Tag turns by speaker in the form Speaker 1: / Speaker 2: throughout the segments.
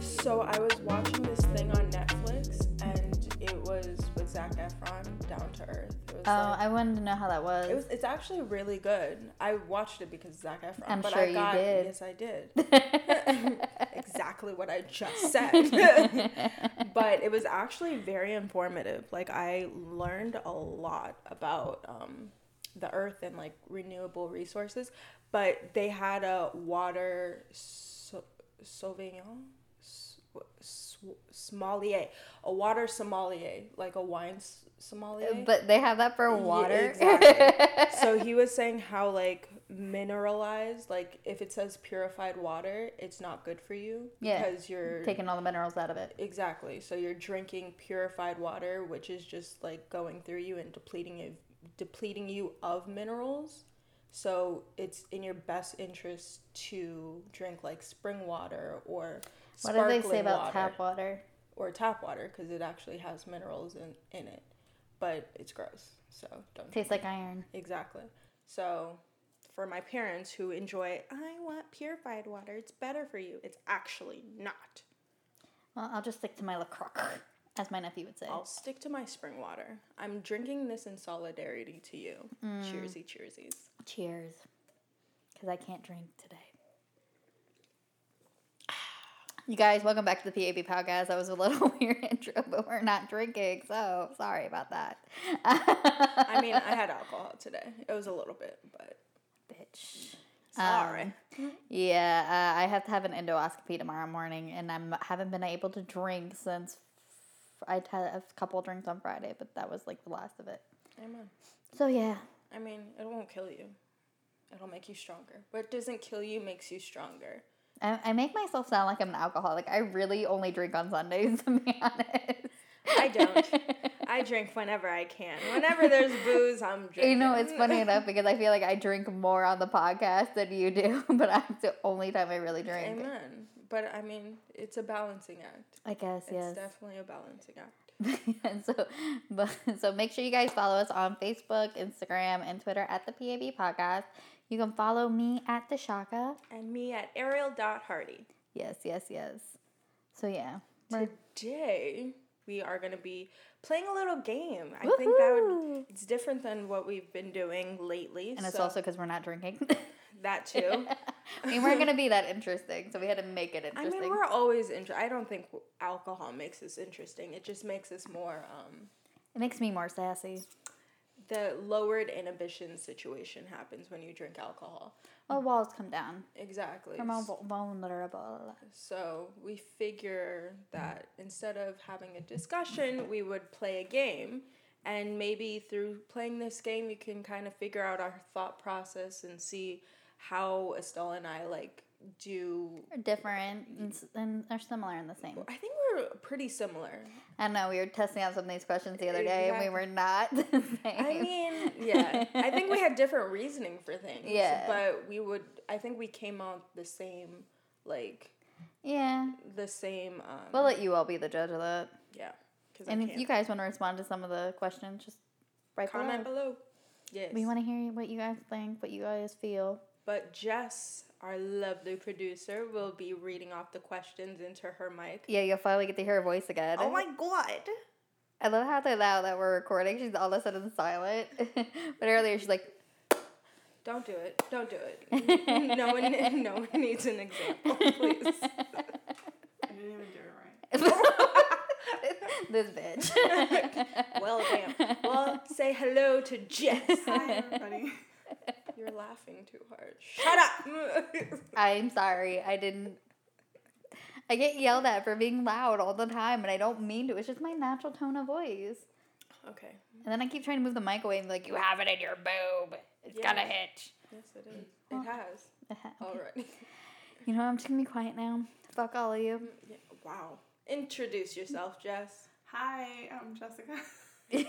Speaker 1: So I was watching this thing on Netflix, and it was with Zach Efron, Down to Earth. It was
Speaker 2: Oh,
Speaker 1: like-
Speaker 2: I wanted to know how that was.
Speaker 1: it was. It's actually really good. I watched it because Zach Efron.
Speaker 2: I'm
Speaker 1: but
Speaker 2: sure
Speaker 1: I
Speaker 2: you
Speaker 1: got,
Speaker 2: did.
Speaker 1: Yes, I did. exactly what I just said. but it was actually very informative. Like I learned a lot about um, the earth and like renewable resources. But they had a water sau- sauvignon, S- sw- sommelier, a water sommelier, like a wine s- sommelier.
Speaker 2: but they have that for
Speaker 1: Yeah,
Speaker 2: water.
Speaker 1: exactly. so he was saying how like mineralized, like if it says purified water, it's not good for you
Speaker 2: Yeah.
Speaker 1: because you're
Speaker 2: Taking all the minerals out of it.
Speaker 1: exactly. So you're drinking purified water, which is just like going through you and depleting you, depleting you of minerals. So it's in your best interest to drink like spring water or
Speaker 2: What did they say
Speaker 1: sparkling
Speaker 2: about
Speaker 1: water
Speaker 2: tap water?
Speaker 1: or tap water because it actually has minerals in in it, but it's gross. So don't
Speaker 2: Tastes like iron.
Speaker 1: Exactly. So, for my parents who enjoy, I want purified water, it's better for you. It's actually not.
Speaker 2: Well, I'll just stick to my LaCroix, as my nephew would say.
Speaker 1: I'll stick to my spring water. I'm drinking this in solidarity to you.
Speaker 2: Mm.
Speaker 1: Cheersy, cheersies.
Speaker 2: Cheers. Because I can't drink today. You guys, welcome back to the PAB podcast. That was a little weird intro, but we're not drinking, so sorry about that.
Speaker 1: I mean, I had alcohol today. It was a little bit, but
Speaker 2: Bitch. Um,
Speaker 1: sorry.
Speaker 2: Yeah, uh, I have to have an endoscopy tomorrow morning, and I haven't been able to drink since f- I'd had a couple drinks on Friday, but that was like the last of it.
Speaker 1: Amen.
Speaker 2: So yeah,
Speaker 1: I mean, it won't kill you. It'll make you stronger. What doesn't kill you makes you stronger.
Speaker 2: I, I make myself sound like I'm an alcoholic. I really only drink on Sundays, to be honest.
Speaker 1: I don't. I drink whenever I can. Whenever there's booze, I'm drinking.
Speaker 2: You know, it's funny enough because I feel like I drink more on the podcast than you do, but that's the only time I really drink.
Speaker 1: Amen. But I mean, it's a balancing act.
Speaker 2: I guess,
Speaker 1: It's
Speaker 2: yes.
Speaker 1: definitely a balancing act.
Speaker 2: and so, but, so make sure you guys follow us on Facebook, Instagram, and Twitter at the PAB Podcast. You can follow me at the Shaka.
Speaker 1: And me at ariel.hardy.
Speaker 2: Yes, yes, yes. So yeah, we're-
Speaker 1: Today, we are going to be playing a little game. I think that would,
Speaker 2: Woohoo!
Speaker 1: it's different than what we've been doing lately.
Speaker 2: and it's
Speaker 1: so
Speaker 2: also because we're not drinking.
Speaker 1: that too.
Speaker 2: we weren't gonna be that interesting, so we had to make it
Speaker 1: I
Speaker 2: interesting.
Speaker 1: mean, we're always interested. I don't think alcohol makes us interesting. It just makes us more um,
Speaker 2: it makes me more sassy.
Speaker 1: the lowered inhibition situation happens when you drink alcohol.
Speaker 2: My walls come down.
Speaker 1: Exactly.
Speaker 2: We're more vul- vulnerable.
Speaker 1: So we figure that instead of having a discussion, we would play a game. And maybe through playing this game, you can kind of figure out our thought process and see how Estelle and I like do.
Speaker 2: We're different and, s- and are similar and the same.
Speaker 1: I think we're pretty similar.
Speaker 2: I know we were testing out some of these questions the other day, and we
Speaker 1: Exactly.
Speaker 2: were not the same.
Speaker 1: I mean, yeah. I think we had different reasoning for things.
Speaker 2: Yeah.
Speaker 1: But we would, I think we came out the same, like,
Speaker 2: yeah.
Speaker 1: the same. Um,
Speaker 2: We'll let you all be the judge of that.
Speaker 1: yeah. Because
Speaker 2: And if you guys want to respond to some of the questions, just write
Speaker 1: comment
Speaker 2: below.
Speaker 1: below. Yes.
Speaker 2: We want to hear what you guys think, what you guys feel.
Speaker 1: But Jess, our lovely producer, will be reading off the questions into her mic.
Speaker 2: Yeah, you'll finally get to hear her voice again.
Speaker 1: Oh god.
Speaker 2: I love how they're loud that we're recording. She's all of a sudden silent. but earlier she's like,
Speaker 1: Don't do it. Don't do it. no one no one needs an example, please.
Speaker 3: I didn't even do it right.
Speaker 2: this bitch.
Speaker 1: Well damn. Well say hello to Jess.
Speaker 3: Hi, everybody.
Speaker 1: You're laughing too hard. Shut up.
Speaker 2: I'm sorry. I didn't. I get yelled at for being loud all the time, and I don't mean to. It's just my natural tone of voice.
Speaker 1: okay.
Speaker 2: And then I keep trying to move the mic away and be like, you have it in your boob. It's
Speaker 1: Yeah.
Speaker 2: gonna hitch.
Speaker 1: Yes it is. Oh. It has. Already.
Speaker 2: You know, what? I'm just gonna be quiet now. Fuck all of you.
Speaker 1: Um, Yeah. Wow. Introduce yourself, Jess.
Speaker 3: Hi, I'm Jessica.
Speaker 2: oh,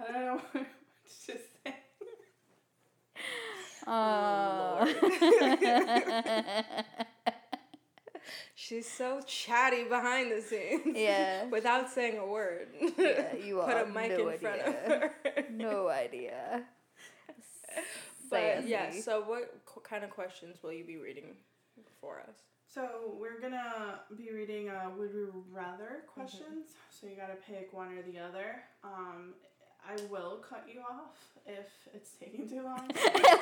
Speaker 3: I don't know what to just say.
Speaker 2: Oh,
Speaker 1: She's so chatty behind the scenes.
Speaker 2: Yeah.
Speaker 1: Without saying a word.
Speaker 2: Yeah, you
Speaker 1: Put
Speaker 2: all
Speaker 1: a mic
Speaker 2: no
Speaker 1: in front
Speaker 2: idea.
Speaker 1: of her.
Speaker 2: no idea.
Speaker 1: But yeah,
Speaker 2: Sassy.
Speaker 1: so what qu- kind of questions will you be reading for us?
Speaker 3: So we're gonna be reading uh, would we rather questions. So you gotta pick one or the other. Um, I will cut you off if it's taking too long.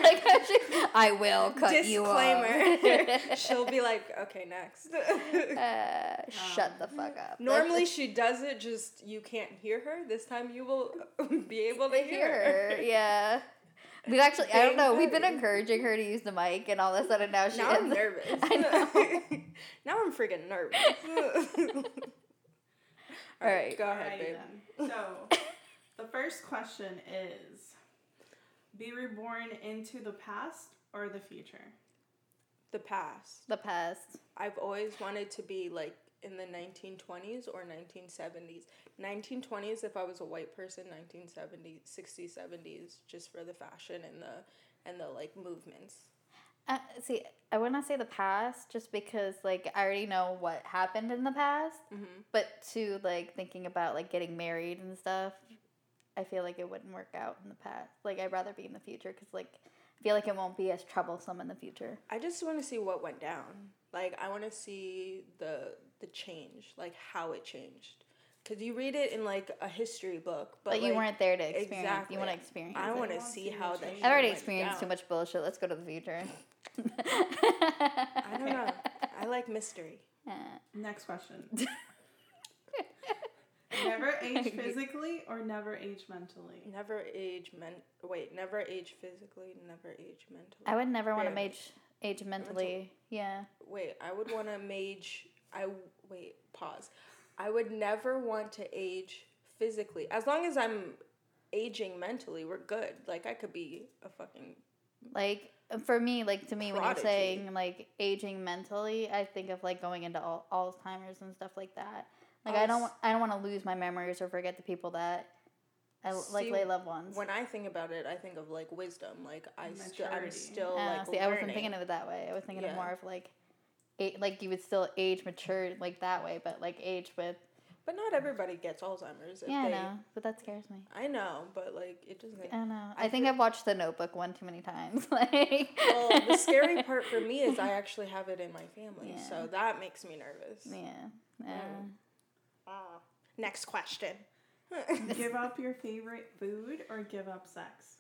Speaker 2: like, how she- I will cut you off.
Speaker 1: Disclaimer. She'll be like, okay, next.
Speaker 2: Uh, shut the fuck up.
Speaker 1: Um, Normally she does it, just you can't hear her. This time you will be able to
Speaker 2: That's
Speaker 1: hear her.
Speaker 2: here. Yeah. We've actually, I don't
Speaker 1: Same
Speaker 2: know, we've been
Speaker 1: thing.
Speaker 2: encouraging her to use the mic, and all of a sudden now she
Speaker 1: Now I'm
Speaker 2: is.
Speaker 1: nervous.
Speaker 2: I
Speaker 1: now I'm freaking nervous. All right,
Speaker 2: Alright.
Speaker 1: go ahead,
Speaker 3: Alrighty
Speaker 1: babe.
Speaker 3: then. So the first question is be reborn into the past or the future?
Speaker 1: The past.
Speaker 2: The past.
Speaker 1: I've always wanted to be like in the 1920s or 1970s. 1920s if I was a white person, 1970s, 60s, 70s just for the fashion and the and the like movements.
Speaker 2: Uh, see, I would not say the past just because, like, I already know what happened in the past,
Speaker 1: Mhm.
Speaker 2: but to, like, thinking about, like, getting married and stuff, I feel like it wouldn't work out in the past. Like, I'd rather be in the future because, like, I feel like it won't be as troublesome in the future.
Speaker 1: I just want to see what went down. Like I want to see the the change, like how it changed. Cuz you read it in like a history book, but
Speaker 2: But, you
Speaker 1: like,
Speaker 2: weren't there to experience.
Speaker 1: exactly.
Speaker 2: You want to experience
Speaker 1: I
Speaker 2: it.
Speaker 1: want
Speaker 3: I
Speaker 1: to
Speaker 3: wanna
Speaker 1: see
Speaker 3: see
Speaker 1: how
Speaker 3: the
Speaker 1: that
Speaker 3: change.
Speaker 1: shit
Speaker 2: I've already
Speaker 1: went
Speaker 2: experienced too
Speaker 1: down.
Speaker 2: much bullshit. Let's go to the future.
Speaker 1: I don't know. I like mystery.
Speaker 2: Uh,
Speaker 3: Next question. never age physically or never age mentally?
Speaker 1: Never age men. Wait, never age physically. Never age mentally.
Speaker 2: I would never want to
Speaker 1: Really?
Speaker 2: age age mentally. Yeah.
Speaker 1: wait, I would want to mage. I w- wait. Pause. I would never want to age physically. As long as I'm aging mentally, we're good. Like I could be a fucking.
Speaker 2: Like for me, like to me, when you're
Speaker 1: Prodigy.
Speaker 2: saying like aging mentally, I think of like going into al- Alzheimer's and stuff like that. Like I
Speaker 1: Als-
Speaker 2: don't, wa- I don't want to lose my memories or forget the people that I l- like
Speaker 1: See,
Speaker 2: lay loved ones.
Speaker 1: When I think about it, I think of like wisdom. Like I still, I'm
Speaker 3: Maturity.
Speaker 1: still
Speaker 2: Oh,
Speaker 1: like
Speaker 2: see,
Speaker 1: learning.
Speaker 2: I wasn't thinking of it that way. I was thinking
Speaker 1: Yeah.
Speaker 2: of more of like, a- like you would still age mature like that way, but like age with
Speaker 1: But not everybody gets Alzheimer's. If
Speaker 2: yeah, I
Speaker 1: they,
Speaker 2: know, but that scares me.
Speaker 1: I know, but like it doesn't.
Speaker 2: I don't know.
Speaker 1: I
Speaker 2: I think I've watched The Notebook one too many times. Like,
Speaker 1: well, the scary part for me is I actually have it in my family,
Speaker 2: Yeah.
Speaker 1: so that makes me nervous.
Speaker 2: yeah. Uh,
Speaker 1: Mm. Ah. next question.
Speaker 3: give up your favorite food or give up sex?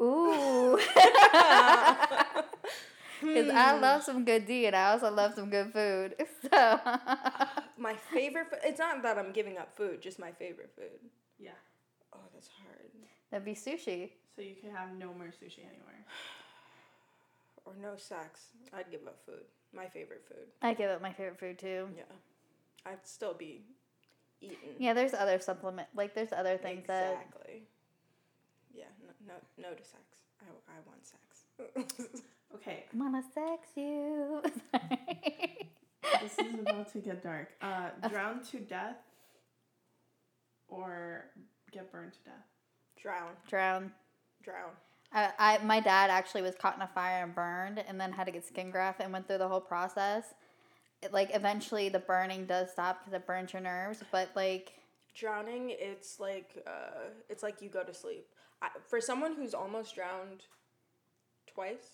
Speaker 2: Ooh, because I love some good D, and I also love some good food. So,
Speaker 1: my favorite. Fo- it's not that I'm giving up food, just my favorite food.
Speaker 3: Yeah.
Speaker 1: Oh, that's hard.
Speaker 2: that'd be sushi.
Speaker 3: So you can have no more sushi anywhere.
Speaker 1: Or no sex. I'd give up food. My favorite food.
Speaker 2: I give up my favorite food too.
Speaker 1: Yeah, I'd still be eating.
Speaker 2: Yeah, there's other supplement, like there's other things that
Speaker 1: exactly. Yeah, no, no, no to sex. I, I want sex.
Speaker 3: Okay,
Speaker 2: I wanna sex you.
Speaker 3: this is about to get dark. Uh, drown to death or get burned to death?
Speaker 1: drown,
Speaker 2: Drown.
Speaker 1: drown.
Speaker 2: I, I my dad actually was caught in a fire and burned, and then had to get skin graft and went through the whole process. It, like eventually, the burning does stop because it burns your nerves, but like
Speaker 1: drowning it's like uh, it's like you go to sleep I, for someone who's almost drowned twice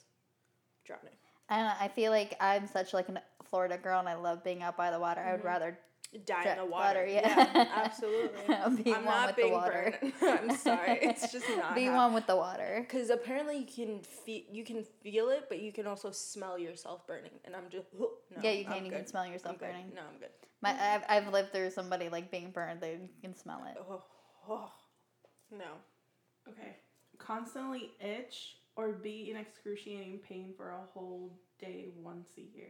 Speaker 1: drowning
Speaker 2: I don't know. I feel like I'm such like a Florida girl, and I love being out by the water. I would rather
Speaker 1: die in
Speaker 2: Dra-
Speaker 1: the water,
Speaker 2: water,
Speaker 1: yeah,
Speaker 2: yeah.
Speaker 1: absolutely
Speaker 2: Be
Speaker 1: i'm
Speaker 2: one
Speaker 1: not
Speaker 2: with the
Speaker 1: being
Speaker 2: water.
Speaker 1: burned i'm sorry it's just not
Speaker 2: be one with the water.
Speaker 1: because apparently you can feel you can feel it but you can also smell yourself burning and i'm just no,
Speaker 2: yeah, you
Speaker 1: I'm
Speaker 2: can. You can
Speaker 1: good.
Speaker 2: smell
Speaker 1: I'm
Speaker 2: yourself
Speaker 1: good.
Speaker 2: burning.
Speaker 1: no i'm good
Speaker 2: My, I've, I've lived through somebody like being burned. They you can smell it.
Speaker 1: oh, oh, no
Speaker 3: Okay. Constantly itch or be in excruciating pain for a whole day once a year?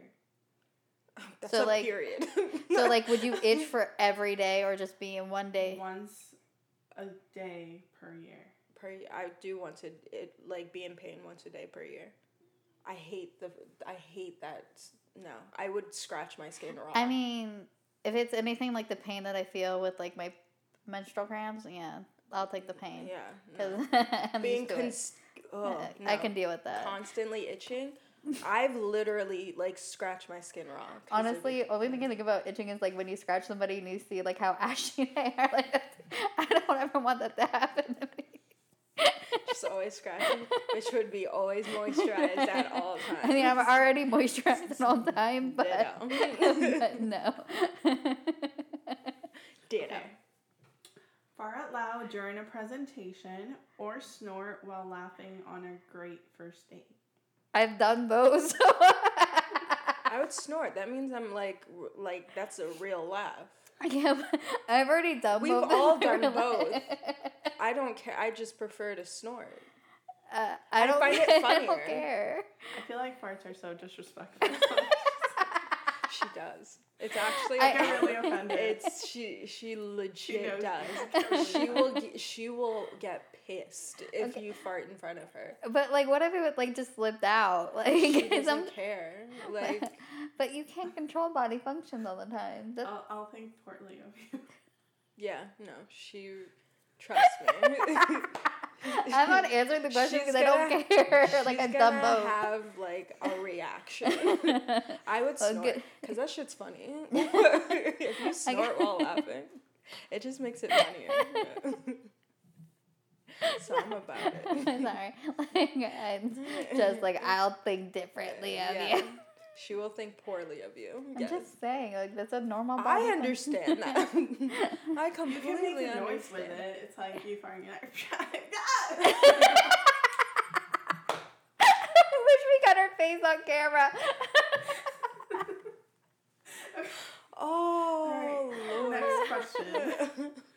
Speaker 1: that's a
Speaker 2: So, like-
Speaker 1: period
Speaker 2: So like, would you itch for every day or just be in one day?
Speaker 3: Once a day per year.
Speaker 1: per y- I do want to it like be in pain once a day per year. I hate the I hate that s- no. I would scratch my skin raw.
Speaker 2: I mean, if it's anything like the pain that I feel with like my menstrual cramps, yeah, I'll take the pain.
Speaker 1: Mm, yeah. No.
Speaker 2: 'Cause I'm
Speaker 1: Being
Speaker 2: used to it.
Speaker 1: cons- oh, no.
Speaker 2: I can deal with that.
Speaker 1: constantly itching. I've literally like scratched my skin raw. 'cause of
Speaker 2: Honestly,
Speaker 1: it.
Speaker 2: only thing I think about itching is like when you scratch somebody and you see like how ashy they are. Like, that's- I don't ever want that to happen to me.
Speaker 1: Just always scratching, which would be always moisturized at all times.
Speaker 2: I mean, I'm already moisturized at all time, but,
Speaker 1: Ditto.
Speaker 2: but no.
Speaker 1: Ditto.
Speaker 3: Fart out loud during a presentation or snort while laughing on a great first date.
Speaker 2: I've done those.
Speaker 1: I would snort. That means I'm like, r- like that's a real laugh.
Speaker 2: yeah, but I've already done
Speaker 1: We've
Speaker 2: both. in
Speaker 1: all
Speaker 2: my
Speaker 1: done
Speaker 2: real
Speaker 1: both.
Speaker 2: life.
Speaker 1: I don't care. I just prefer to snort.
Speaker 2: Uh, I, don't,
Speaker 1: find it
Speaker 2: I
Speaker 1: funnier.
Speaker 2: don't care.
Speaker 3: I feel like farts are so disrespectful.
Speaker 1: She does. It's actually
Speaker 2: I-
Speaker 1: like
Speaker 3: I'm
Speaker 1: a
Speaker 3: really offended.
Speaker 1: It's she. She legit
Speaker 3: knows.
Speaker 1: does. she will. ge- She will get pissed if you fart in front of her.
Speaker 2: But like, what if it would like just slipped out?
Speaker 1: She
Speaker 2: Like, some,
Speaker 1: doesn't care. Like
Speaker 2: but you can't control body functions all the time.
Speaker 1: Oh.
Speaker 2: That's,
Speaker 3: I'll, I'll think poorly of you.
Speaker 1: yeah, no. She trust me.
Speaker 2: I've not answered the question
Speaker 1: She's
Speaker 2: because I
Speaker 1: gonna-
Speaker 2: don't care. like
Speaker 1: She's
Speaker 2: I've
Speaker 1: gonna
Speaker 2: done both.
Speaker 1: have like a reaction. I would
Speaker 2: Oh,
Speaker 1: snort
Speaker 2: good.
Speaker 1: because that shit's funny. if you snort while laughing, it just makes it funnier. so I'm about it.
Speaker 2: I'm sorry. Like, I'm just like I'll think differently of
Speaker 1: Yeah.
Speaker 2: you.
Speaker 1: She will think poorly of you.
Speaker 2: I'm
Speaker 1: Yes.
Speaker 2: just saying, like that's a normal.
Speaker 1: I
Speaker 2: body
Speaker 1: understand that.
Speaker 2: function.
Speaker 1: I
Speaker 3: You can
Speaker 1: completely
Speaker 3: make a noise with
Speaker 1: understand.
Speaker 3: it. It's like you farting out your
Speaker 2: I wish we got her face on camera.
Speaker 1: Oh,
Speaker 3: Next
Speaker 1: Lord.
Speaker 3: question.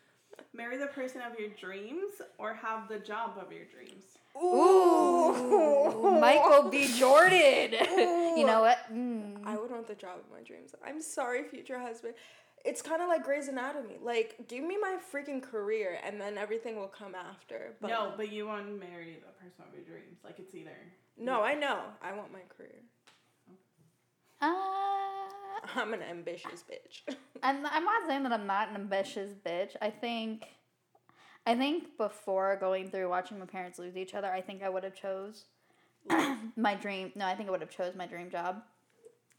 Speaker 3: Marry the person of your dreams or have the job of your dreams.
Speaker 2: Ooh, Michael B. Jordan. you know what? Mm.
Speaker 1: I would want the job of my dreams. I'm sorry, future husband. It's kind of like Grey's Anatomy. Like, give me my freaking career, and then everything will come after. But
Speaker 3: no, but you want to marry the person of your dreams. Like it's either.
Speaker 1: no, I know. I want my career.
Speaker 2: Uh,
Speaker 1: I'm an ambitious bitch.
Speaker 2: I'm, I'm not saying that I'm not an ambitious bitch. I think, I think before going through watching my parents lose each other, I think I would have chose my dream. No, I think I would have chose my dream job.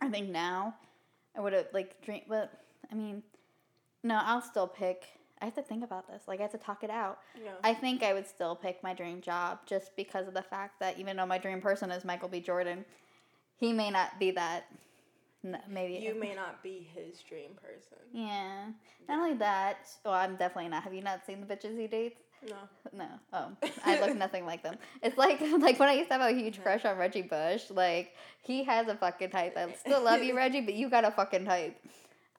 Speaker 2: I think now, I would have like dream. But I mean, no, I'll still pick. I have to think about this. Like I have to talk it out.
Speaker 1: yeah.
Speaker 2: I think I would still pick my dream job just because of the fact that even though my dream person is Michael B. Jordan, he may not be that. n- Maybe
Speaker 1: you may not be his dream person.
Speaker 2: yeah. Not only that, well, I'm definitely not. Have you not seen the bitches he dates?
Speaker 1: No.
Speaker 2: No. Oh, I look nothing like them. It's like like when I used to have a huge crush on Reggie Bush. Like he has a fucking type. I still love you, Reggie, but you got a fucking type.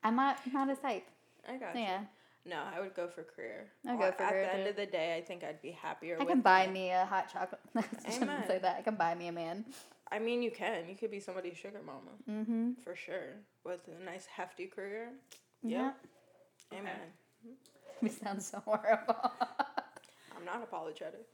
Speaker 2: I'm not not his type.
Speaker 1: I got you.
Speaker 2: Yeah,
Speaker 1: No, I would go for career.
Speaker 2: I'd
Speaker 1: Or
Speaker 2: go for
Speaker 1: At
Speaker 2: career,
Speaker 1: the end
Speaker 2: too.
Speaker 1: of the day, I think I'd be happier.
Speaker 2: I can
Speaker 1: with
Speaker 2: buy
Speaker 1: my-
Speaker 2: me a hot chocolate. I shouldn't say
Speaker 1: Amen.
Speaker 2: that. I can buy me a man.
Speaker 1: I mean, you can. You could be somebody's sugar mama
Speaker 2: Mm-hmm.
Speaker 1: for sure with a nice hefty career.
Speaker 2: Yeah.
Speaker 1: Yep. Amen.
Speaker 2: We sound so horrible.
Speaker 1: I'm not apologetic.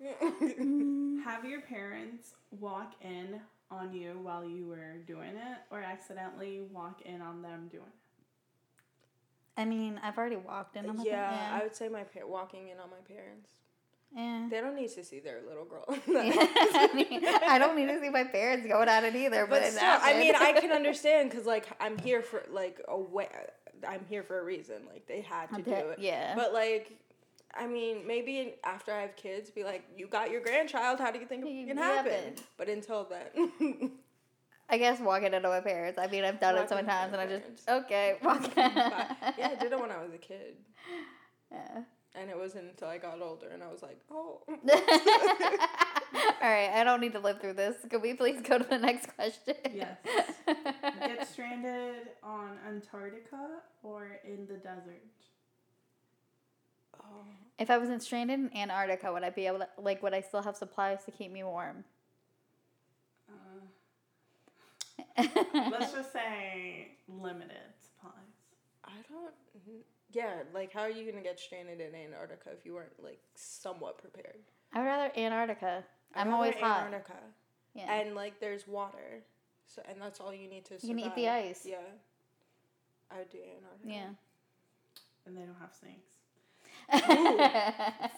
Speaker 3: Have your parents walk in on you while you were doing it or accidentally walk in on them doing it.
Speaker 2: I mean, I've already walked in. on my
Speaker 1: yeah, I
Speaker 2: yeah.
Speaker 1: would say my par- walking in on my parents.
Speaker 2: yeah.
Speaker 1: They don't need to see their little girl.
Speaker 2: Yeah, I mean, I don't need to see my parents going at it either. But,
Speaker 1: But
Speaker 2: it
Speaker 1: still, I mean, I
Speaker 2: happened.
Speaker 1: can understand because like I'm here for like a way. I'm here for a reason. Like they had to do
Speaker 2: Okay,
Speaker 1: it.
Speaker 2: yeah.
Speaker 1: But like, I mean, maybe after I have kids, be like, you got your grandchild. How do you think it can
Speaker 2: Yeah,
Speaker 1: happen?
Speaker 2: but-
Speaker 1: But until then,
Speaker 2: I guess walking into my parents. I mean, I've done it so many
Speaker 1: Walking
Speaker 2: times,
Speaker 1: into
Speaker 2: and I
Speaker 1: your
Speaker 2: just okay. Walk.
Speaker 1: yeah, I did it when I was a kid,
Speaker 2: Yeah.
Speaker 1: and it wasn't until I got older and I was like, oh,
Speaker 2: All right, I don't need to live through this. Could we please go to the next question?
Speaker 3: Yes. Get stranded on Antarctica or in the desert.
Speaker 1: oh.
Speaker 2: if I wasn't stranded in Antarctica, would I be able to like? Would I still have supplies to keep me warm?
Speaker 3: Uh, let's just say limited supplies.
Speaker 1: I don't. mhm. Yeah, like how are you gonna get stranded in Antarctica if you weren't like somewhat prepared?
Speaker 2: I'd rather Antarctica.
Speaker 1: I
Speaker 2: I'm
Speaker 1: remember
Speaker 2: always hot.
Speaker 1: Antarctica,
Speaker 2: Yeah.
Speaker 1: and like there's water, so and that's all you need to.
Speaker 2: You can eat the
Speaker 1: survive.
Speaker 2: ice.
Speaker 1: Yeah, I would do Antarctica.
Speaker 2: yeah.
Speaker 3: And they don't have snakes.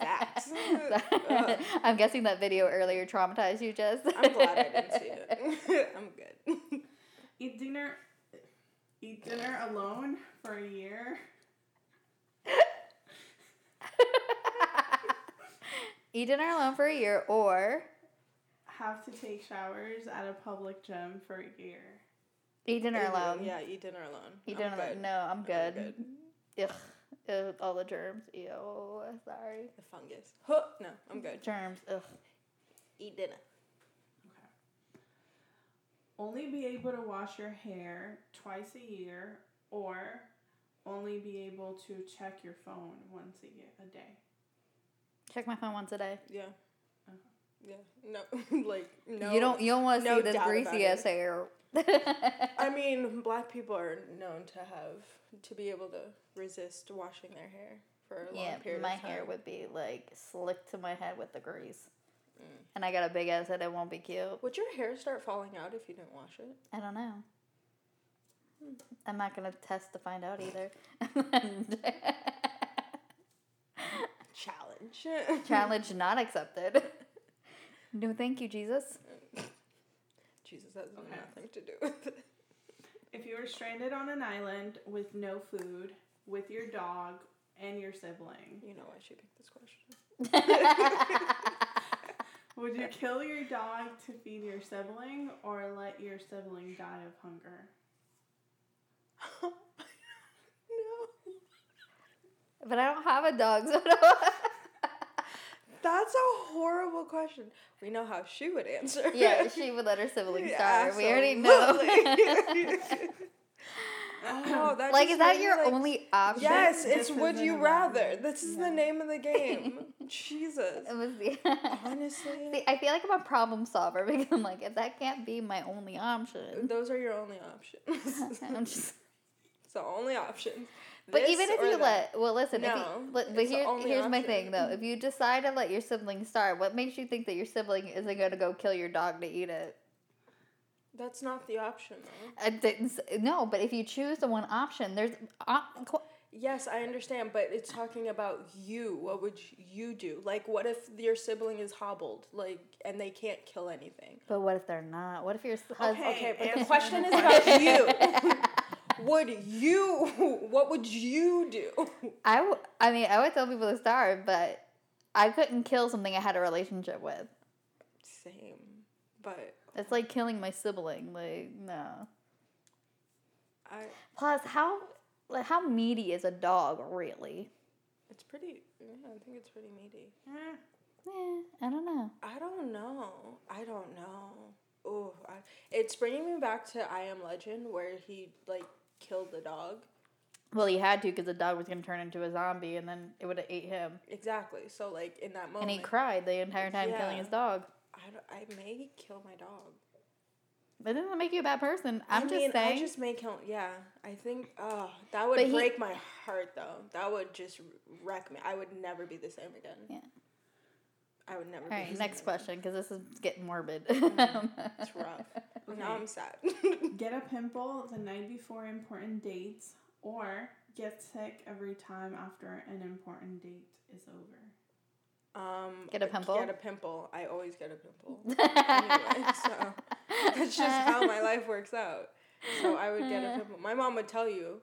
Speaker 1: facts. Ugh.
Speaker 2: I'm guessing that video earlier traumatized you, Jess.
Speaker 1: I'm glad I didn't see it. I'm good.
Speaker 3: Eat dinner eat dinner alone for a year.
Speaker 2: eat in our alone for a year or
Speaker 3: Have to take showers at a public gym for a year.
Speaker 2: eat dinner
Speaker 1: Eat-
Speaker 2: alone.
Speaker 1: Yeah, eat dinner alone.
Speaker 2: Eat
Speaker 1: I'm
Speaker 2: dinner alone.
Speaker 1: good.
Speaker 2: No, I'm
Speaker 1: I'm
Speaker 2: good. Ugh. Ugh, all the germs. Ew. Sorry.
Speaker 1: The fungus. Huh. No, I'm good.
Speaker 2: Germs. Ugh.
Speaker 1: Eat dinner.
Speaker 3: Okay. Only be able to wash your hair twice a year or only be able to check your phone once a, year, a day.
Speaker 2: Check my phone once a day.
Speaker 1: Yeah.
Speaker 3: Uh-huh.
Speaker 1: Yeah. No. like no.
Speaker 2: You don't. You don't want to
Speaker 1: no
Speaker 2: see this
Speaker 1: doubt about
Speaker 2: greasy ass
Speaker 1: it.
Speaker 2: hair.
Speaker 1: I mean, black people are known to have to be able to resist washing their hair for a long
Speaker 2: yeah,
Speaker 1: period
Speaker 2: my
Speaker 1: of time.
Speaker 2: hair would be like slick to my head with the grease,
Speaker 1: Mm.
Speaker 2: and I got a big ass head. It won't be cute.
Speaker 1: Would your hair start falling out if you didn't wash it?
Speaker 2: I don't know. I'm not gonna test to find out either.
Speaker 1: Challenge.
Speaker 2: Challenge not accepted. No, thank you, Jesus.
Speaker 1: Jesus has
Speaker 3: Okay.
Speaker 1: nothing to do with it.
Speaker 3: If you were stranded on an island with no food, with your dog and your sibling,
Speaker 1: You know why she picked this question.
Speaker 3: would you kill your dog to feed your sibling or let your sibling die of hunger?
Speaker 1: no.
Speaker 2: But I don't have a dog, so I don't.
Speaker 1: That's a horrible question. We know how she would answer.
Speaker 2: yeah, she would let her siblings
Speaker 1: Yeah,
Speaker 2: starve. We already know.
Speaker 1: absolutely. oh, that
Speaker 2: like,
Speaker 1: just
Speaker 2: is that
Speaker 1: made me,
Speaker 2: your
Speaker 1: like-
Speaker 2: only option?
Speaker 1: Yes,
Speaker 3: This-
Speaker 1: it's
Speaker 3: this
Speaker 1: would
Speaker 3: isn't
Speaker 1: you
Speaker 3: a
Speaker 1: rather.
Speaker 3: matter.
Speaker 1: This is
Speaker 3: Yeah.
Speaker 1: the name of the game. Jesus.
Speaker 2: It was the.
Speaker 1: Honestly,
Speaker 2: See, I feel like I'm a problem solver because I'm like, if that can't be my only option,
Speaker 1: those are your only options.
Speaker 2: I'm just.
Speaker 1: it's the only options.
Speaker 2: But
Speaker 1: This
Speaker 2: even if
Speaker 1: or
Speaker 2: you
Speaker 1: that.
Speaker 2: let, well, listen.
Speaker 1: No,
Speaker 2: if you, but
Speaker 1: it's the
Speaker 2: here,
Speaker 1: only
Speaker 2: here's my
Speaker 1: option.
Speaker 2: thing though. If you decide to let your sibling starve, what makes you think that your sibling isn't going to go kill your dog to eat it?
Speaker 1: That's not the option, though.
Speaker 2: I didn't. s- No, but if you choose the one option, there's. Op- qu-
Speaker 1: Yes, I understand, but it's talking about you. What would you do? Like, what if your sibling is hobbled, like, and they can't kill anything?
Speaker 2: but what if they're not? What if your husband?
Speaker 1: Okay, but
Speaker 3: answer
Speaker 1: the question
Speaker 3: the
Speaker 1: is about you. would you? What would you do?
Speaker 2: I, w- I mean, I would tell people to starve, but I couldn't kill something I had a relationship with.
Speaker 1: Same, but
Speaker 2: It's like killing my sibling. Like no.
Speaker 1: I.
Speaker 2: Plus, how like how meaty is a dog really?
Speaker 1: It's pretty. Yeah, I think it's pretty meaty.
Speaker 3: Eh,
Speaker 2: Eh, I don't know.
Speaker 1: I don't know. I don't know. Oh, I, it's bringing me back to I Am Legend, where he like killed the dog.
Speaker 2: Well, he had to because the dog was gonna turn into a zombie, and then it would have ate him.
Speaker 1: Exactly. So like in that moment,
Speaker 2: and he cried the entire time killing
Speaker 1: Oh Yeah.
Speaker 2: his dog.
Speaker 1: I, don't- I may kill my dog.
Speaker 2: That doesn't make you a bad person.
Speaker 1: I
Speaker 2: I'm just
Speaker 1: mean,
Speaker 2: saying.
Speaker 1: I just may kill. Yeah, I think. Oh, that would
Speaker 2: But he-
Speaker 1: break my heart though. That would just wreck me. I would never be the same again.
Speaker 2: Yeah.
Speaker 1: I would never.
Speaker 2: All
Speaker 1: be
Speaker 2: right,
Speaker 1: the
Speaker 2: next
Speaker 1: same
Speaker 2: question because this is getting morbid.
Speaker 1: again. It's rough. Now
Speaker 3: Okay.
Speaker 1: I'm sad.
Speaker 3: Get a pimple the night before important dates or get sick every time after an important date is over. Oh,
Speaker 1: um,
Speaker 2: Get a pimple?
Speaker 1: Get a pimple. I always get a pimple. anyway, so that's just how my life works out. So I would get a pimple. My mom would tell you,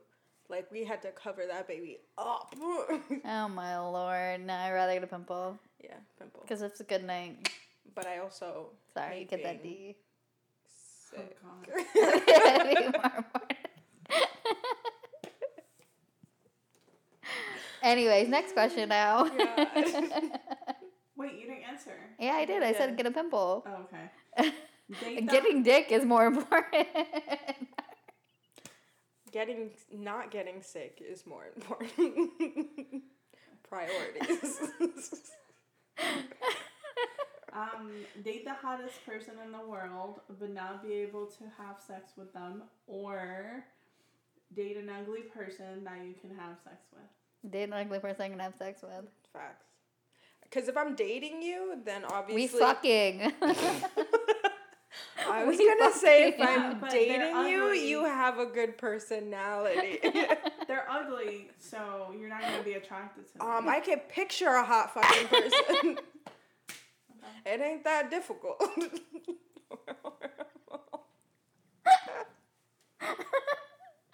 Speaker 1: like we had to cover that baby up.
Speaker 2: oh my lord! No, I'd rather get a pimple
Speaker 1: yeah, pimple.
Speaker 2: because it's a good night.
Speaker 1: But I also
Speaker 2: Sorry,
Speaker 1: hate
Speaker 2: get that
Speaker 1: being
Speaker 2: D.
Speaker 1: sick.
Speaker 3: Oh,
Speaker 2: Anyways, next question now.
Speaker 1: Yeah.
Speaker 3: Wait, you didn't answer.
Speaker 2: yeah, I did. I
Speaker 1: Yeah.
Speaker 2: said get a pimple.
Speaker 3: Oh, okay. Date that-
Speaker 2: Getting dick is more important.
Speaker 1: getting not getting sick is more important. Priorities.
Speaker 3: um, date the hottest person in the world, but not be able to have sex with them, or date an ugly person that you can have sex with.
Speaker 2: Date an ugly person I can have sex with.
Speaker 1: Facts. Because if I'm dating you, then
Speaker 2: we
Speaker 1: obviously
Speaker 2: fucking.
Speaker 1: I was
Speaker 2: We
Speaker 1: gonna
Speaker 2: fucking-
Speaker 1: say if
Speaker 3: Yeah,
Speaker 1: I'm
Speaker 3: but they're
Speaker 1: dating you,
Speaker 3: ugly.
Speaker 1: you have a good personality.
Speaker 3: They're ugly, so you're not gonna be attracted to them.
Speaker 1: um, I can picture a hot fucking person. it ain't that difficult.
Speaker 2: I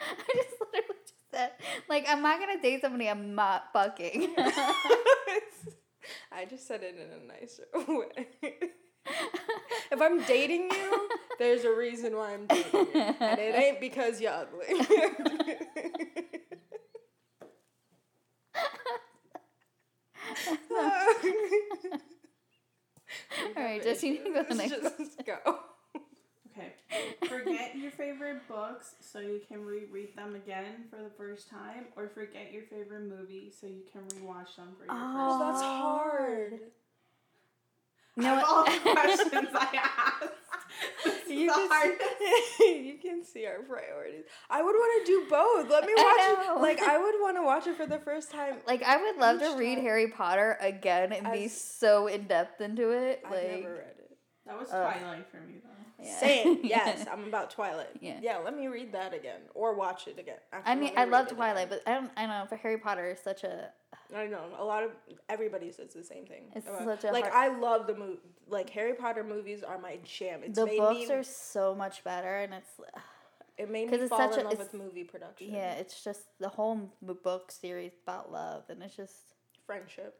Speaker 2: just literally just said, like, I'm not gonna date somebody I'm not fucking.
Speaker 1: I I just said it in a nicer way. if I'm dating you, there's a reason why I'm dating you. And it ain't because you're ugly.
Speaker 2: All right, Jesse, you can go to the next
Speaker 1: Just go.
Speaker 3: Okay. Forget your favorite books so you can reread them again for the first time, or forget your favorite movie so you can rewatch them for your
Speaker 2: Oh,
Speaker 1: that's
Speaker 2: Oh.
Speaker 1: hard.
Speaker 2: You know
Speaker 3: first time. Of
Speaker 2: what?
Speaker 3: all the questions I asked.
Speaker 1: You
Speaker 3: You the
Speaker 1: can,
Speaker 3: hardest.
Speaker 1: see, you can see our priorities. I would want to do both. Let me watch
Speaker 2: I know.
Speaker 1: it. Like I would want to watch it for the first time.
Speaker 2: like I would love to
Speaker 1: Each
Speaker 2: read
Speaker 1: time-
Speaker 2: Harry Potter again and be
Speaker 1: As-
Speaker 2: so in depth into it.
Speaker 1: I've
Speaker 2: Like
Speaker 1: never read it.
Speaker 3: That was
Speaker 2: Ugh.
Speaker 3: Twilight for me though.
Speaker 2: yeah.
Speaker 1: Same. Yes, I'm about Twilight.
Speaker 2: Yeah.
Speaker 1: Yeah, let me read that again or watch it again. Actually,
Speaker 2: I mean,
Speaker 1: let me
Speaker 2: I
Speaker 1: read
Speaker 2: love
Speaker 1: it again.
Speaker 2: Twilight, but I don't. I don't know. For Harry Potter, is such a
Speaker 1: I know a lot of everybody says the same thing.
Speaker 2: It's
Speaker 1: about-
Speaker 2: such a
Speaker 1: like
Speaker 2: hard-
Speaker 1: I love the movie. Like Harry Potter movies are my jam. It's
Speaker 2: the
Speaker 1: made
Speaker 2: books
Speaker 1: me,
Speaker 2: are so much better, and it's
Speaker 1: it made
Speaker 2: 'cause
Speaker 1: me
Speaker 2: it's
Speaker 1: fall
Speaker 2: such
Speaker 1: in
Speaker 2: a-
Speaker 1: love
Speaker 2: it's-
Speaker 1: with movie production.
Speaker 2: yeah, it's just the whole m- book series about love, and it's just
Speaker 1: friendship.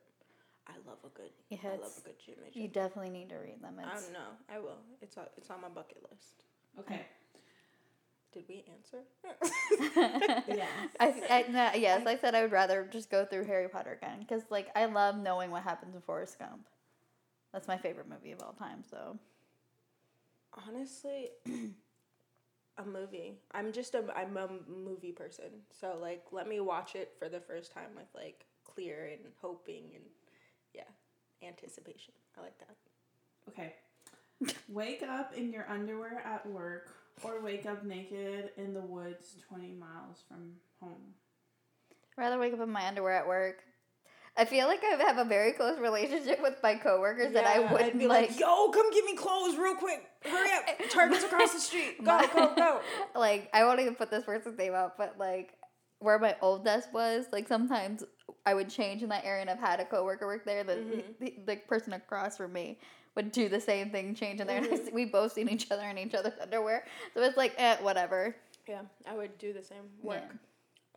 Speaker 1: I love a good.
Speaker 2: Yeah,
Speaker 1: I love
Speaker 2: it's-
Speaker 1: a good Jim and
Speaker 2: you
Speaker 1: Jim.
Speaker 2: definitely need to read them.
Speaker 1: I
Speaker 2: It's,
Speaker 1: don't know. I will. It's on, it's on my bucket list.
Speaker 3: Okay.
Speaker 1: Did we answer?
Speaker 3: Yes.
Speaker 2: I, I, no, yes, I said I would rather just go through Harry Potter again because, like, I love knowing what happened to Forrest Gump. That's my favorite movie of all time. So
Speaker 1: Honestly, a movie. I'm just a I'm a movie person. So like, let me watch it for the first time with like clear and hoping and yeah, anticipation. I like that.
Speaker 3: Okay. Wake up in your underwear at work or wake up naked in the woods 20 miles from home.
Speaker 2: rather wake up in my underwear at work. I feel like I have a very close relationship with my coworkers that I
Speaker 1: Yeah,
Speaker 2: wouldn't like.
Speaker 1: yo, come get me clothes real quick. Hurry up. Target's across the street. Go,
Speaker 2: My-
Speaker 1: go, go.
Speaker 2: like I won't even put this person's name out, but like where my old desk was, like sometimes I would change in that area, and I've had a coworker work there. That
Speaker 1: Mhm.
Speaker 2: the, the person across from me would do the same thing, change in there, and I
Speaker 1: Mhm.
Speaker 2: s- we both seen each other in each other's underwear. So it's like, eh, whatever.
Speaker 1: Yeah, I would do the same work.
Speaker 2: Yeah.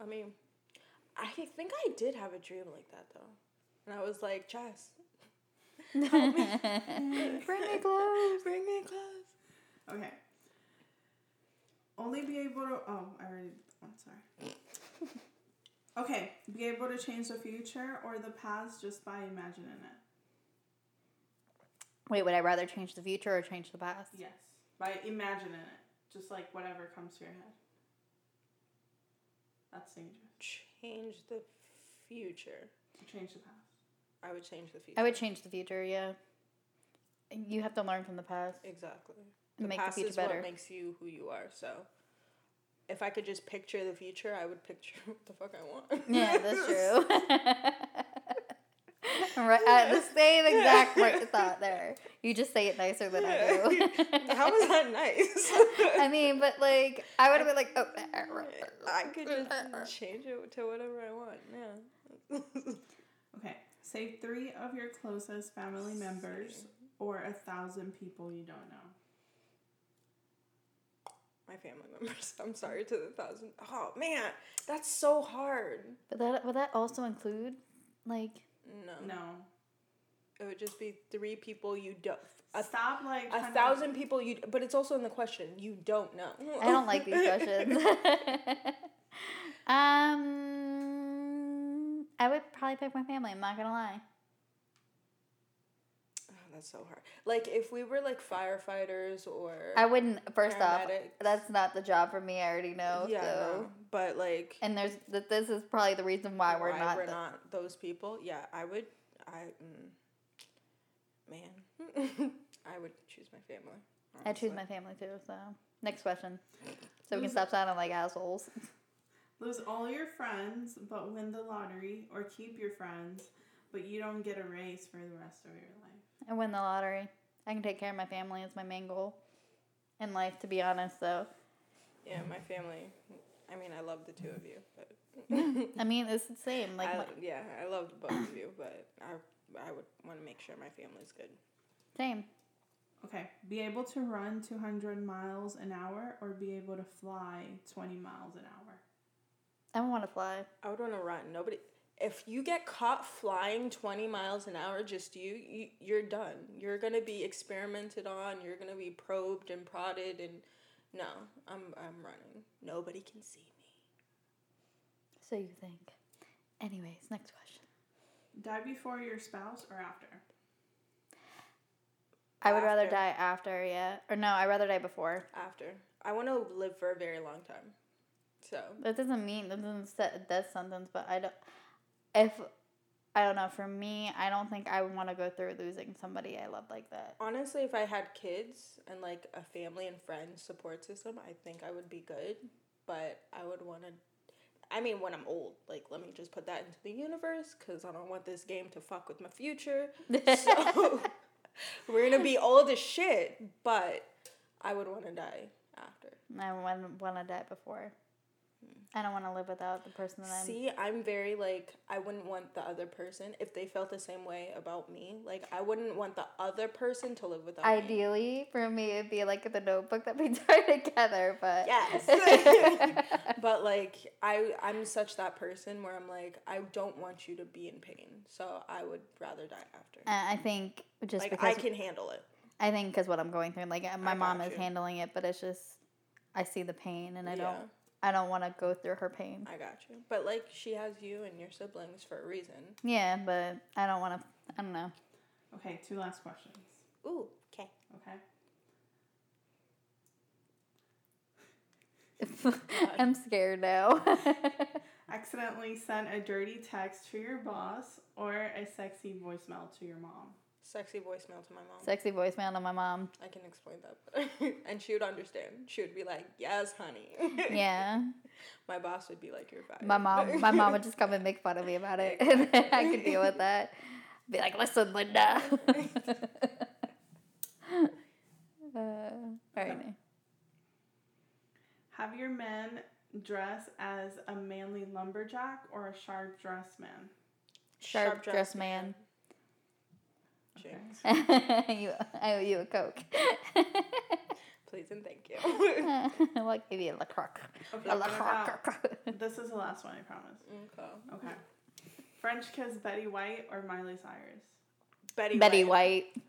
Speaker 1: I mean, I think I did have a dream like that though, and I was like, Jess,
Speaker 2: Bring me clothes.
Speaker 1: bring me clothes.
Speaker 3: Okay. Only be able to. Oh, I already. Oh, sorry. Okay, be able to change the future or the past just by imagining it.
Speaker 2: Wait, would I rather change the future or change the past?
Speaker 3: Yes, by imagining it, just like whatever comes to your head. That's dangerous.
Speaker 1: Change the future.
Speaker 3: Change the past.
Speaker 1: I would change the future.
Speaker 2: I would change the future. Yeah, you have to learn from the past.
Speaker 1: exactly.
Speaker 2: and
Speaker 1: The
Speaker 2: Make the
Speaker 1: past
Speaker 2: future
Speaker 1: is
Speaker 2: better.
Speaker 1: what makes you who you are. So, if I could just picture the future, I would picture what the fuck I want.
Speaker 2: Yeah, that's true. right, uh, the same exact right thought there. You just say it nicer than I do.
Speaker 1: How was that nice?
Speaker 2: I mean, but like, I would have been like, oh, uh,
Speaker 1: I could just change it to whatever I want. Yeah.
Speaker 3: Okay, save three of your closest family members or a thousand people you don't know.
Speaker 1: My family members. I'm sorry to the thousand. Oh man, that's so hard.
Speaker 2: But that would that also include like?
Speaker 1: No.
Speaker 3: No.
Speaker 1: It would just be three people you don't. A,
Speaker 3: Stop like.
Speaker 1: a
Speaker 3: trying to-
Speaker 1: thousand people you. But it's also in the question. You don't know.
Speaker 2: I don't like these questions. um, I would probably pick my family. I'm not gonna lie.
Speaker 1: Oh, that's so hard. Like if we were like firefighters or
Speaker 2: I wouldn't. First off,
Speaker 1: Paramedics.
Speaker 2: that's not the job for me. I already know.
Speaker 1: yeah,
Speaker 2: so.
Speaker 1: no, but like
Speaker 2: And there's that. This is probably the reason why we're
Speaker 1: why
Speaker 2: not.
Speaker 1: we're
Speaker 2: the-
Speaker 1: not those people. Yeah, I would. I mm, man, I would choose my family.
Speaker 2: I
Speaker 1: honestly.
Speaker 2: choose my family too. So next question, so we can
Speaker 3: Who's-
Speaker 2: stop sounding like assholes.
Speaker 3: Lose all your friends but win the lottery, or keep your friends but you don't get a raise for the rest of your life.
Speaker 2: I win the lottery. I can take care of my family. It's my main goal in life, to be honest. Though
Speaker 1: Yeah, my family. I mean, I love the two of you, but
Speaker 2: I mean, it's the same. Like
Speaker 1: I,
Speaker 2: my,
Speaker 1: yeah, I love both of you, but I I would want to make sure my family's good.
Speaker 2: same.
Speaker 3: Okay, be able to run 200 miles an hour or be able to fly 20 miles an hour.
Speaker 2: I don't want to fly.
Speaker 1: I would want to run. Nobody. if you get caught flying 20 miles an hour just you, you you're done you're gonna be experimented on you're gonna be probed and prodded and no i'm i'm running nobody can see me
Speaker 2: So you think. Anyways, next question.
Speaker 3: Die before your spouse or after?
Speaker 2: I would rather
Speaker 1: After.
Speaker 2: die after, yeah. Or no, I'd rather die before.
Speaker 1: after i want to live for a very long time so
Speaker 2: That doesn't mean that doesn't set a death sentence, but I don't. If I don't know, for me, I don't think I would want to go through losing somebody I love like that.
Speaker 1: honestly if i had kids and like a family and friends support system i think i would be good but i would want to i mean when i'm old like let me just put that into the universe because i don't want this game to fuck with my future so we're gonna be old as shit but i would want to die after
Speaker 2: I want want to die before. I don't want to live without the person that I'm.
Speaker 1: See, I'm very like I wouldn't want the other person if they felt the same way about me. Like I wouldn't want the other person to live without me.
Speaker 2: Ideally, for me, it'd be like the notebook that we did together, but.
Speaker 1: Yes. but like I I'm such that person where I'm like I don't want you to be in pain. So I would rather die after.
Speaker 2: Uh, I think just
Speaker 1: Like
Speaker 2: because
Speaker 1: I can handle it.
Speaker 2: I think because what I'm going through, like uh, my
Speaker 1: I
Speaker 2: mom
Speaker 1: got
Speaker 2: is
Speaker 1: you.
Speaker 2: handling it, but it's just I see the pain and I
Speaker 1: Yeah.
Speaker 2: don't I don't want to go through her pain.
Speaker 1: I got you. But like she has you and your siblings for a reason.
Speaker 2: Yeah, but I don't want to. I don't know.
Speaker 3: Okay, two last questions.
Speaker 1: Ooh, okay.
Speaker 3: Okay.
Speaker 2: I'm scared now.
Speaker 3: Accidentally sent a dirty text to your boss or a sexy voicemail to your mom.
Speaker 1: Sexy voicemail to my mom.
Speaker 2: Sexy voicemail to my mom.
Speaker 1: I can explain that better. and she would understand. She would be like, Yes, honey.
Speaker 2: Yeah,
Speaker 1: My boss would be like, "You're fired."
Speaker 2: my mom. My mom would just come and make fun of me about it, and then I could deal with that. Be like, listen, Linda. uh, all right. Nick.
Speaker 3: Have your men dress as a manly lumberjack or a sharp dressed man?
Speaker 2: Sharp,
Speaker 1: Sharp
Speaker 2: dress,
Speaker 1: dressed
Speaker 2: man.
Speaker 1: Jinx.
Speaker 2: you, I owe you a coke.
Speaker 1: Please and thank you.
Speaker 2: well, I'll give you a la croc.
Speaker 3: Okay,
Speaker 2: A
Speaker 3: what
Speaker 2: la
Speaker 3: about,
Speaker 2: croc.
Speaker 3: this is the last one, I promise.
Speaker 1: okay.
Speaker 3: Okay. French kiss Betty White or Miley Cyrus?
Speaker 1: Betty.
Speaker 2: Betty
Speaker 1: White.
Speaker 2: White.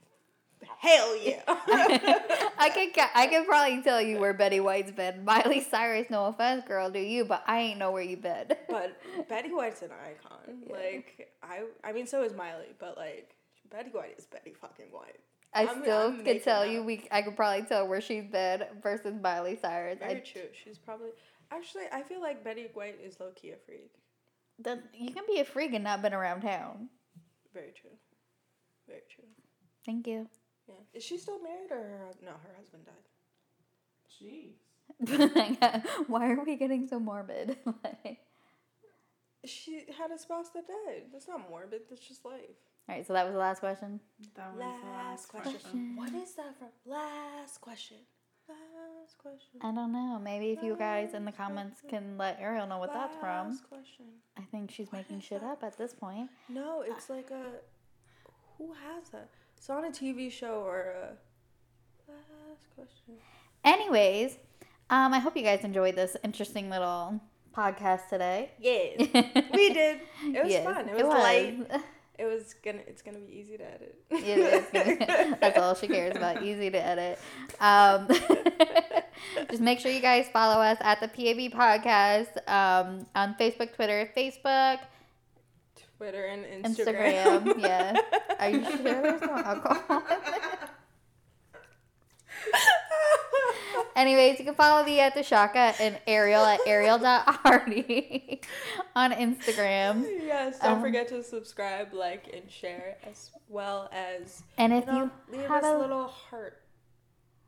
Speaker 1: Hell yeah.
Speaker 2: I could ca- I could probably tell you where Betty White's been. Miley Cyrus, no offense, girl, do you? But I ain't know where you been.
Speaker 1: but Betty White's an icon.
Speaker 2: Yeah.
Speaker 1: Like I, I mean, so is Miley, but like Betty White is Betty fucking White.
Speaker 2: I
Speaker 1: I'm-
Speaker 2: still
Speaker 1: I'm
Speaker 2: could
Speaker 1: making
Speaker 2: tell
Speaker 1: that
Speaker 2: you.
Speaker 1: up.
Speaker 2: We I could probably tell where she's been versus Miley Cyrus.
Speaker 1: Very
Speaker 2: I,
Speaker 1: true. She's probably actually. I feel like Betty White is low key a freak.
Speaker 2: that, you can be a freak and not been around town.
Speaker 1: Very true. Very true.
Speaker 2: Thank you.
Speaker 1: Yeah. Is she still married or her, no? Her husband died.
Speaker 3: Jeez.
Speaker 2: Why are we getting so morbid? like,
Speaker 1: She had a spouse that died. That's not morbid. That's just life.
Speaker 2: all right, so that was the last question.
Speaker 3: That was the
Speaker 1: Last question. What is that from? Last question. Last question.
Speaker 2: I don't know. Maybe if you guys in the comments can let Ariel know what that's from.
Speaker 1: Last question.
Speaker 2: I think she's
Speaker 1: What
Speaker 2: making
Speaker 1: is
Speaker 2: shit
Speaker 1: that?
Speaker 2: up at this point.
Speaker 1: No, it's like a. Who has that? It's on a TV show or a. Last question.
Speaker 2: Anyways, um, I hope you guys enjoyed this interesting little podcast today.
Speaker 1: Yes, we did. It was
Speaker 2: Yes,
Speaker 1: fun. It was, light. It was gonna. It's gonna be easy to edit.
Speaker 2: It is gonna- that's all she cares about. Easy to edit. Um, just make sure you guys follow us at the PAB Podcast um, on Facebook, Twitter, Facebook,
Speaker 1: Twitter and Instagram.
Speaker 2: Instagram. yeah. Are you sure there's no alcohol? in there? Anyways, you can follow me at the Shaka and Ariel at ariel.hardy on Instagram.
Speaker 1: yes. Don't
Speaker 2: Um,
Speaker 1: forget to subscribe, like, and share, as well as
Speaker 2: And if
Speaker 1: you know,
Speaker 2: you
Speaker 1: leave
Speaker 2: have
Speaker 1: us
Speaker 2: a-
Speaker 1: a little heart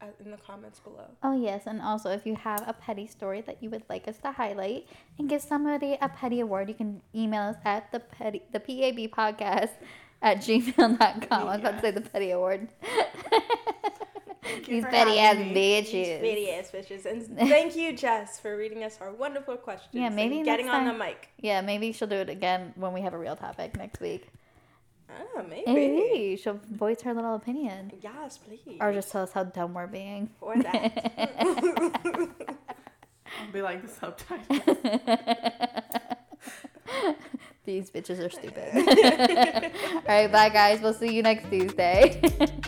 Speaker 1: uh, in the comments below.
Speaker 2: Oh, yes. And also, if you have a petty story that you would like us to highlight and give somebody a petty award, you can email us at the petty, the PAB podcast at gmail.com. I was about to say the petty award.
Speaker 3: you
Speaker 2: These
Speaker 3: for
Speaker 2: petty ass
Speaker 3: having me.
Speaker 2: bitches.
Speaker 1: Bitty ass bitches. And thank you, Jess, for reading us our wonderful questions.
Speaker 2: Yeah, maybe
Speaker 1: and getting
Speaker 2: next
Speaker 1: on
Speaker 2: time-
Speaker 1: the mic.
Speaker 2: Yeah, maybe she'll do it again when we have a real topic next week.
Speaker 1: Ah, maybe.
Speaker 2: Maybe she'll voice her little opinion.
Speaker 1: Yes, please.
Speaker 2: Or just tell us how dumb we're being.
Speaker 1: or that.
Speaker 3: Be like the subtitle.
Speaker 2: These bitches. bitches are stupid. All right, bye guys. We'll see you next Tuesday.